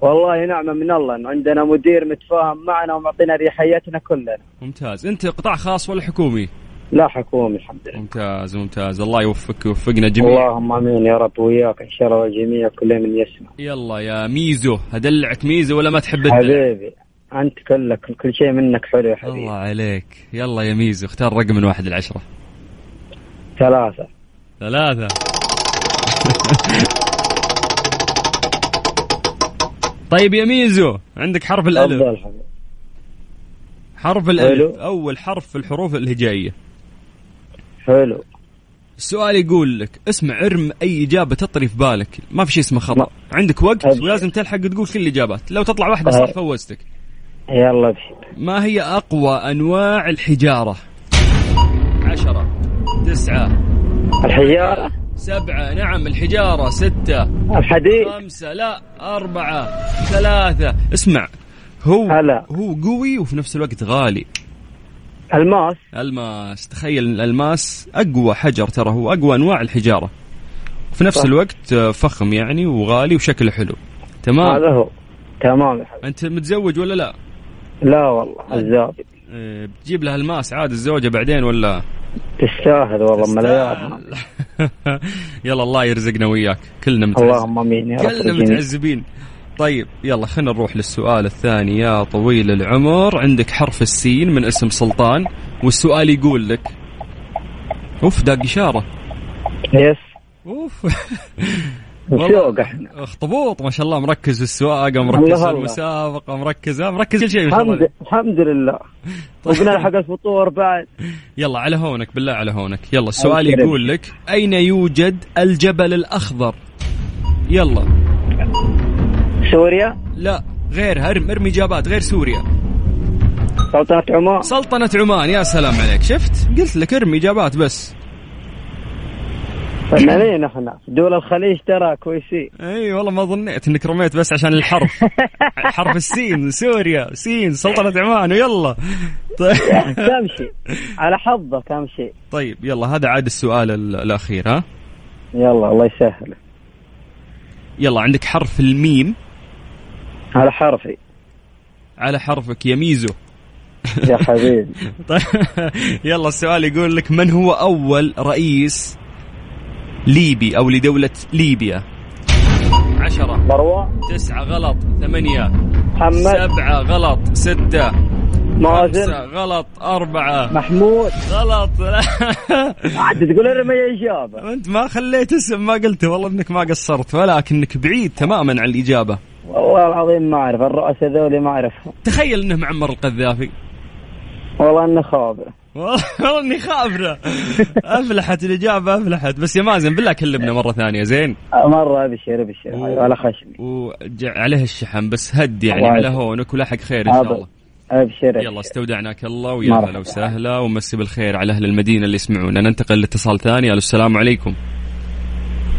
[SPEAKER 7] والله نعمه من الله انه عندنا مدير متفاهم معنا ومعطينا ريحيتنا كلنا
[SPEAKER 3] ممتاز انت قطاع خاص ولا حكومي
[SPEAKER 7] لا حكومي الحمد لله
[SPEAKER 3] ممتاز ممتاز الله يوفقك ويوفقنا جميعا
[SPEAKER 7] اللهم امين يا رب وياك ان شاء الله والجميع كل من يسمع
[SPEAKER 3] يلا يا ميزو هدلعك ميزو ولا ما تحب الدلع؟
[SPEAKER 7] حبيبي انت كلك كل شيء منك حلو يا حبيبي
[SPEAKER 3] الله عليك يلا يا ميزو اختار رقم من واحد لعشره
[SPEAKER 7] ثلاثه
[SPEAKER 3] ثلاثة طيب يا ميزو عندك حرف الألف
[SPEAKER 7] تفضل حبيبي
[SPEAKER 3] حرف الألف
[SPEAKER 7] حلو.
[SPEAKER 3] أول حرف في الحروف الهجائية
[SPEAKER 7] حلو
[SPEAKER 3] السؤال يقول لك اسمع ارم أي إجابة تطري في بالك ما في شيء اسمه خطأ عندك وقت
[SPEAKER 7] أبشر.
[SPEAKER 3] ولازم تلحق تقول كل الإجابات لو تطلع واحدة
[SPEAKER 7] طيب.
[SPEAKER 3] صح فوزتك
[SPEAKER 7] يلا بشي
[SPEAKER 3] ما هي أقوى أنواع الحجارة عشرة تسعة
[SPEAKER 7] الحجاره
[SPEAKER 3] سبعة نعم الحجارة ستة
[SPEAKER 7] الحديد
[SPEAKER 3] خمسة لا أربعة ثلاثة اسمع هو
[SPEAKER 7] هلا.
[SPEAKER 3] هو قوي وفي نفس الوقت غالي
[SPEAKER 7] الماس
[SPEAKER 3] الماس تخيل إن الألماس أقوى حجر ترى هو أقوى أنواع الحجارة وفي نفس
[SPEAKER 7] صح.
[SPEAKER 3] الوقت آه، فخم يعني وغالي وشكله حلو تمام
[SPEAKER 7] هذا هو تمام يا حبيبي
[SPEAKER 3] أنت متزوج ولا لا
[SPEAKER 7] لا
[SPEAKER 3] طيب.
[SPEAKER 7] والله الزاوية
[SPEAKER 3] آه، بتجيب لها الماس عاد الزوجة بعدين ولا
[SPEAKER 7] تستاهل والله مليار
[SPEAKER 3] يلا الله يرزقنا وياك كلنا متعز
[SPEAKER 7] اللهم امين يا رب
[SPEAKER 3] كلنا
[SPEAKER 7] الجميع.
[SPEAKER 3] متعذبين طيب يلا خلينا نروح للسؤال الثاني يا طويل العمر عندك حرف السين من اسم سلطان والسؤال يقول لك اوف داق اشاره
[SPEAKER 7] يس
[SPEAKER 3] اوف
[SPEAKER 7] نسوق احنا
[SPEAKER 3] اخطبوط ما شاء الله مركز في السواقه
[SPEAKER 7] الله
[SPEAKER 3] مركز في
[SPEAKER 7] الله.
[SPEAKER 3] المسابقه مركز آه، مركز كل شيء ما شاء الله
[SPEAKER 7] الحمد الحمد لله
[SPEAKER 3] طيب.
[SPEAKER 7] وقلنا حق الفطور بعد
[SPEAKER 3] يلا على هونك بالله على هونك يلا السؤال
[SPEAKER 7] يكرمك.
[SPEAKER 3] يقول لك اين يوجد الجبل الاخضر يلا
[SPEAKER 7] سوريا
[SPEAKER 3] لا غيرها ارم- ارمي اجابات غير سوريا
[SPEAKER 7] سلطنة عمان
[SPEAKER 3] سلطنة عمان يا سلام عليك شفت قلت لك ارمي اجابات بس
[SPEAKER 7] فنانين احنا يعني دول الخليج ترى كويسين
[SPEAKER 3] اي والله ما ظنيت انك رميت بس عشان الحرف حرف السين سوريا سين سلطنة عمان ويلا طيب
[SPEAKER 7] تمشي على حظك امشي
[SPEAKER 3] طيب يلا هذا عاد السؤال ال- الاخير ها
[SPEAKER 7] يلا الله يسهل
[SPEAKER 3] يلا عندك حرف الميم
[SPEAKER 7] على حرفي
[SPEAKER 3] على حرفك يميزه
[SPEAKER 7] يا حبيبي
[SPEAKER 3] طيب يلا السؤال يقول لك من هو اول رئيس ليبي او لدولة ليبيا عشرة
[SPEAKER 7] مروان
[SPEAKER 3] تسعة غلط ثمانية
[SPEAKER 7] محمد
[SPEAKER 3] سبعة غلط ستة
[SPEAKER 7] مازن
[SPEAKER 3] خمسة غلط أربعة
[SPEAKER 7] محمود
[SPEAKER 3] غلط لا.
[SPEAKER 7] عاد تقول ارمي اجابه
[SPEAKER 3] أنت ما خليت اسم ما قلته والله أنك ما قصرت ولكنك بعيد تماما عن الإجابة
[SPEAKER 7] والله العظيم ما اعرف الرؤساء ذولي ما اعرفهم
[SPEAKER 3] تخيل أنه معمر القذافي
[SPEAKER 7] والله انه خاطئ
[SPEAKER 3] والله اني خاف له. افلحت الاجابه افلحت بس يا مازن بالله كلمنا مره ثانيه زين
[SPEAKER 7] مره ابشر ابشر
[SPEAKER 3] إيه.
[SPEAKER 7] يعني ولا خشمي
[SPEAKER 3] وعليه الشحن بس هد يعني
[SPEAKER 7] الله
[SPEAKER 3] على
[SPEAKER 7] يعافيك.
[SPEAKER 3] هونك ولحق خير ان شاء
[SPEAKER 7] أبد.
[SPEAKER 3] الله
[SPEAKER 7] ابشر
[SPEAKER 3] يلا استودعناك الله ويا هلا
[SPEAKER 7] مرحبا.
[SPEAKER 3] وسهلا ومسي بالخير على اهل المدينه اللي يسمعونا ننتقل لاتصال ثاني الو السلام عليكم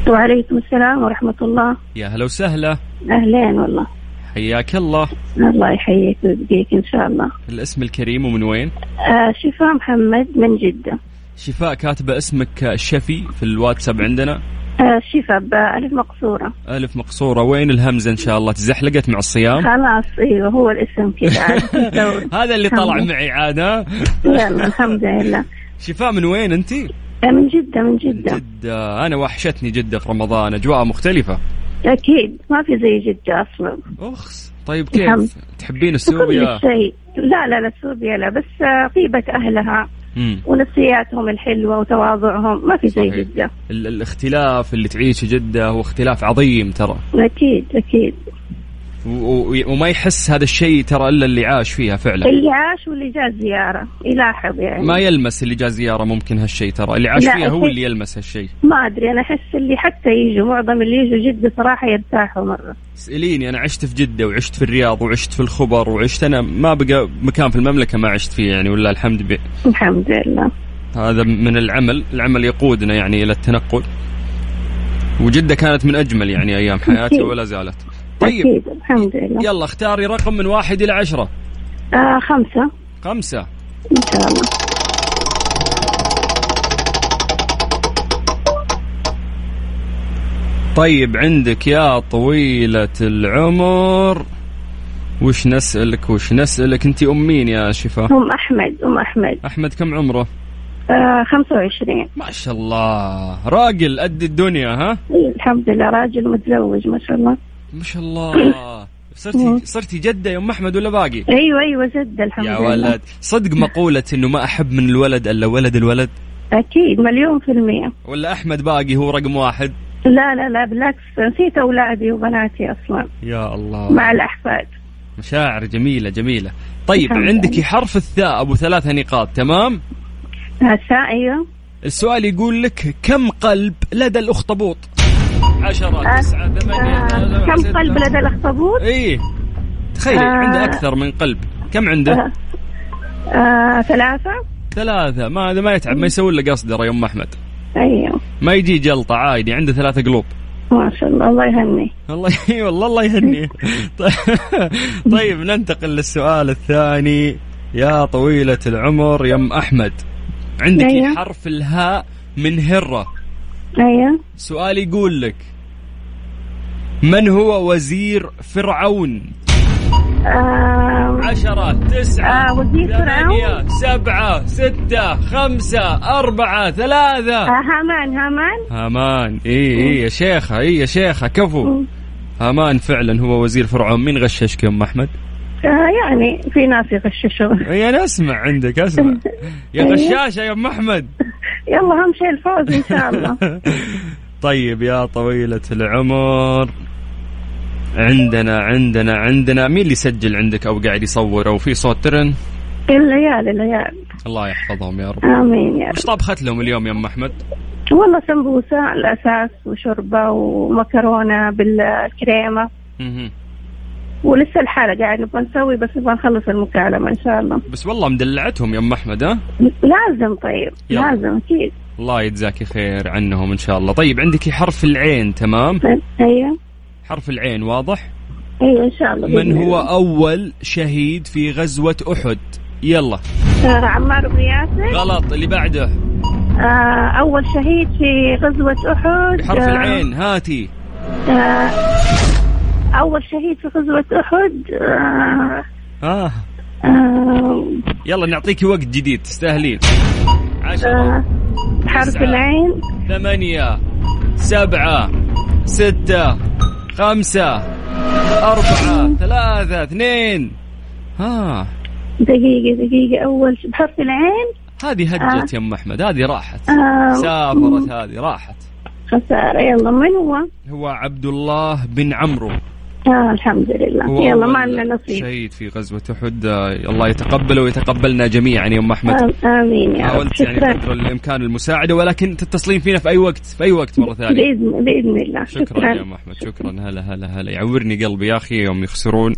[SPEAKER 4] وعليكم السلام ورحمة الله
[SPEAKER 3] يا هلا وسهلا
[SPEAKER 4] أهلين والله
[SPEAKER 3] حياك الله
[SPEAKER 4] الله يحييك ويبقيك إن شاء الله
[SPEAKER 3] الاسم الكريم ومن وين؟
[SPEAKER 4] آه شفاء محمد من جدة
[SPEAKER 3] شفاء كاتبه اسمك شفي في الواتساب عندنا
[SPEAKER 4] آه شفاء بألف مقصورة
[SPEAKER 3] الف مقصوره وين الهمزه ان شاء الله تزحلقت مع الصيام
[SPEAKER 4] خلاص أيوه هو الاسم كذا عاد.
[SPEAKER 3] هذا اللي طلع
[SPEAKER 4] الحمد.
[SPEAKER 3] معي عاد ها
[SPEAKER 4] يلا الحمد لله
[SPEAKER 3] شفاء من وين انت؟
[SPEAKER 4] آه، من جدة من جدة
[SPEAKER 3] جدة انا وحشتني جدة في رمضان اجواء مختلفة
[SPEAKER 4] أكيد ما في زي جدة أصلا
[SPEAKER 3] اخس طيب
[SPEAKER 4] نعم.
[SPEAKER 3] كيف؟ تحبين
[SPEAKER 4] كل
[SPEAKER 3] سوريا؟
[SPEAKER 4] شيء لا لا لا سوريا لا بس آه، طيبة أهلها
[SPEAKER 3] مم.
[SPEAKER 4] ونفسياتهم الحلوة وتواضعهم ما في زي
[SPEAKER 3] صحيح.
[SPEAKER 4] جدة
[SPEAKER 3] ال- الاختلاف اللي تعيشه جدة هو اختلاف عظيم ترى
[SPEAKER 4] أكيد أكيد
[SPEAKER 3] و- و- وما يحس هذا الشيء ترى الا اللي عاش فيها فعلا
[SPEAKER 4] اللي عاش واللي جاء زيارة يلاحظ يعني
[SPEAKER 3] ما يلمس اللي جاء زيارة ممكن هالشيء ترى اللي عاش
[SPEAKER 4] لا،
[SPEAKER 3] فيها هو
[SPEAKER 4] أكيد.
[SPEAKER 3] اللي يلمس هالشيء
[SPEAKER 4] ما ادري انا احس اللي حتى يجوا معظم اللي يجوا جده صراحه يرتاحوا مره
[SPEAKER 3] اسأليني انا عشت في جدة وعشت في الرياض وعشت في الخبر وعشت انا ما بقى مكان في المملكة ما عشت فيه يعني ولا الحمد ب...
[SPEAKER 4] الحمد لله
[SPEAKER 3] هذا من العمل العمل يقودنا يعني إلى التنقل وجدة كانت من أجمل يعني أيام حياتي
[SPEAKER 4] أكيد.
[SPEAKER 3] ولا زالت طيب
[SPEAKER 4] اكيد الحمد لله
[SPEAKER 3] يلا اختاري رقم من واحد إلى عشرة
[SPEAKER 4] آه خمسه
[SPEAKER 3] خمسة
[SPEAKER 4] ان شاء الله
[SPEAKER 3] طيب عندك يا طويلة العمر وش نسألك وش نسألك أنت أم مين يا شفاء
[SPEAKER 4] ام احمد ام احمد
[SPEAKER 3] أحمد كم عمره
[SPEAKER 4] آه 25
[SPEAKER 3] ما شاء الله راجل قد الدنيا ها
[SPEAKER 4] إيه، الحمد لله راجل متزوج ما شاء الله
[SPEAKER 3] ما شاء الله صرتي صرتي جدة يا أم أحمد ولا باقي
[SPEAKER 4] ايوه ايوه جده نعم. الحمد
[SPEAKER 3] يا
[SPEAKER 4] لله
[SPEAKER 3] ولد صدق مقولة انه ما احب من الولد الا ولد الولد
[SPEAKER 4] اكيد مليون في الميه
[SPEAKER 3] ولا احمد باقي هو رقم واحد
[SPEAKER 4] لا لا لا بالعكس نسيت اولادي وبناتي اصلا
[SPEAKER 3] يا الله
[SPEAKER 4] مع الاحفاد
[SPEAKER 3] مشاعر جميلة جميلة طيب
[SPEAKER 4] الحمد لله.
[SPEAKER 3] عندك حرف الثاء ابو ثلاثة نقاط تمام
[SPEAKER 4] هسا ايوه
[SPEAKER 3] السؤال يقول لك كم قلب لدى الاخطبوط عشرة
[SPEAKER 4] آه،
[SPEAKER 3] تسعة ثمانية
[SPEAKER 4] آه كم قلب لدى الاخطبوط؟
[SPEAKER 3] ايه تخيل
[SPEAKER 4] آه.
[SPEAKER 3] عنده اكثر من قلب كم عنده
[SPEAKER 4] آه. آه ثلاثه؟
[SPEAKER 3] ثلاثة ما هذا ما يتعب ما يسوي له قصدر يا ام احمد
[SPEAKER 4] ايوه
[SPEAKER 3] ما يجي جلطة عادي عنده ثلاثة قلوب
[SPEAKER 4] ما شاء الله الله يهني
[SPEAKER 3] والله اي والله الله يهنيه طيب- طيب ننتقل للسؤال الثاني يا طويلة العمر يا ام احمد عندك
[SPEAKER 4] أيوة.
[SPEAKER 3] حرف الهاء من هرة
[SPEAKER 4] ايوه
[SPEAKER 3] سؤال يقول لك من هو وزير فرعون
[SPEAKER 4] آه
[SPEAKER 3] عشرة تسعة
[SPEAKER 4] آه، وزير
[SPEAKER 3] ثمانية سبعة ستة خمسة أربعة ثلاثة
[SPEAKER 4] آه، هامان هامان
[SPEAKER 3] هامان اي اي يا شيخة اي يا شيخة كفو
[SPEAKER 4] مم.
[SPEAKER 3] هامان فعلا هو وزير فرعون مين غششك يا ام احمد
[SPEAKER 4] آه يعني في ناس يغششون
[SPEAKER 3] اي انا اسمع عندك اسمع يا
[SPEAKER 4] أيوة.
[SPEAKER 3] غشاشه يا ام احمد
[SPEAKER 4] يلا اهم شيء الفوز ان شاء الله
[SPEAKER 3] طيب يا طويلة العمر عندنا عندنا عندنا مين اللي يسجل عندك او قاعد يصور او في صوت ترن
[SPEAKER 4] العيال العيال
[SPEAKER 3] الله يحفظهم يا رب
[SPEAKER 4] امين يا
[SPEAKER 3] وش طابخت لهم اليوم يا ام احمد
[SPEAKER 4] رب والله سمبوسه الاساس وشوربه ومكرونه بالكريمه
[SPEAKER 3] مهم.
[SPEAKER 4] ولسه الحالة قاعد نبغى نسوي بس نبغى نخلص المكالمة إن شاء الله
[SPEAKER 3] بس والله مدلعتهم يا ام احمد ها
[SPEAKER 4] لازم طيب
[SPEAKER 3] يلا.
[SPEAKER 4] لازم أكيد
[SPEAKER 3] الله يجزاك خير عنهم ان شاء الله طيب عندك حرف العين تمام
[SPEAKER 4] أيوه
[SPEAKER 3] حرف العين واضح
[SPEAKER 4] أيوه إن شاء الله
[SPEAKER 3] من
[SPEAKER 4] بإذن
[SPEAKER 3] هو
[SPEAKER 4] الله.
[SPEAKER 3] اول شهيد في غزوة احد يلا
[SPEAKER 4] آه عمار بن ياسر
[SPEAKER 3] غلط اللي بعده
[SPEAKER 4] آه أول شهيد في غزوة أحد
[SPEAKER 3] بحرف
[SPEAKER 4] آه،
[SPEAKER 3] العين هاتي
[SPEAKER 4] آه أول شهيد في غزوة أحد آه
[SPEAKER 3] اه
[SPEAKER 4] آه
[SPEAKER 3] يلا نعطيك وقت جديد تستاهلين
[SPEAKER 4] آه
[SPEAKER 3] عشرة
[SPEAKER 4] حرف
[SPEAKER 3] تسعة.
[SPEAKER 4] العين
[SPEAKER 3] ثمانية سبعة ستة خمسة أربعة ثلاثة اثنين آه. ها
[SPEAKER 4] دقيقة دقيقة أول ش- بحرف العين
[SPEAKER 3] هذه هجت يا أم أحمد هذه راحت
[SPEAKER 4] آه
[SPEAKER 3] سافرت هذه راحت
[SPEAKER 4] خسارة يلا من هو؟
[SPEAKER 3] هو عبد الله بن عمرو
[SPEAKER 4] آه الحمد
[SPEAKER 3] هو
[SPEAKER 4] لله يلا
[SPEAKER 3] أول
[SPEAKER 4] ما لنا نصيب
[SPEAKER 3] شهيد في غزوة أحد آه، الله يتقبله ويتقبلنا جميعا يا أم أحمد
[SPEAKER 4] آم- آه، آمين يا رب
[SPEAKER 3] حاولت يعني
[SPEAKER 4] شكرا
[SPEAKER 3] قدر الإمكان المساعدة ولكن تتصلين فينا في أي وقت في أي وقت مرة ثانية
[SPEAKER 4] بإذن بإذن الله
[SPEAKER 3] شكرا يا ام احمد شكرا هلا هلا هلا يعورني قلبي يا اخي يوم يخسرون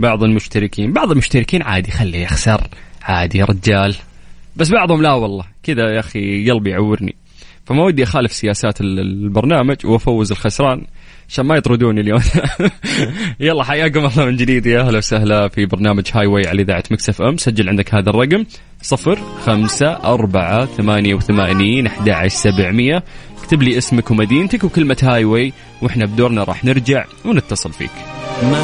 [SPEAKER 3] بعض المشتركين بعض المشتركين عادي خليه يخسر عادي يا رجال بس بعضهم لا والله كذا يا اخي قلبي يعورني فما ودي اخالف سياسات ال- البرنامج وافوز الخسران عشان ما يطردوني اليوم يلا حياكم الله من جديد يا اهلا وسهلا في برنامج هاي واي على اذاعه مكسف ام سجل عندك هذا الرقم 0 5 4 88 11 700 اكتب لي اسمك ومدينتك وكلمه هاي واي واحنا بدورنا راح نرجع ونتصل فيك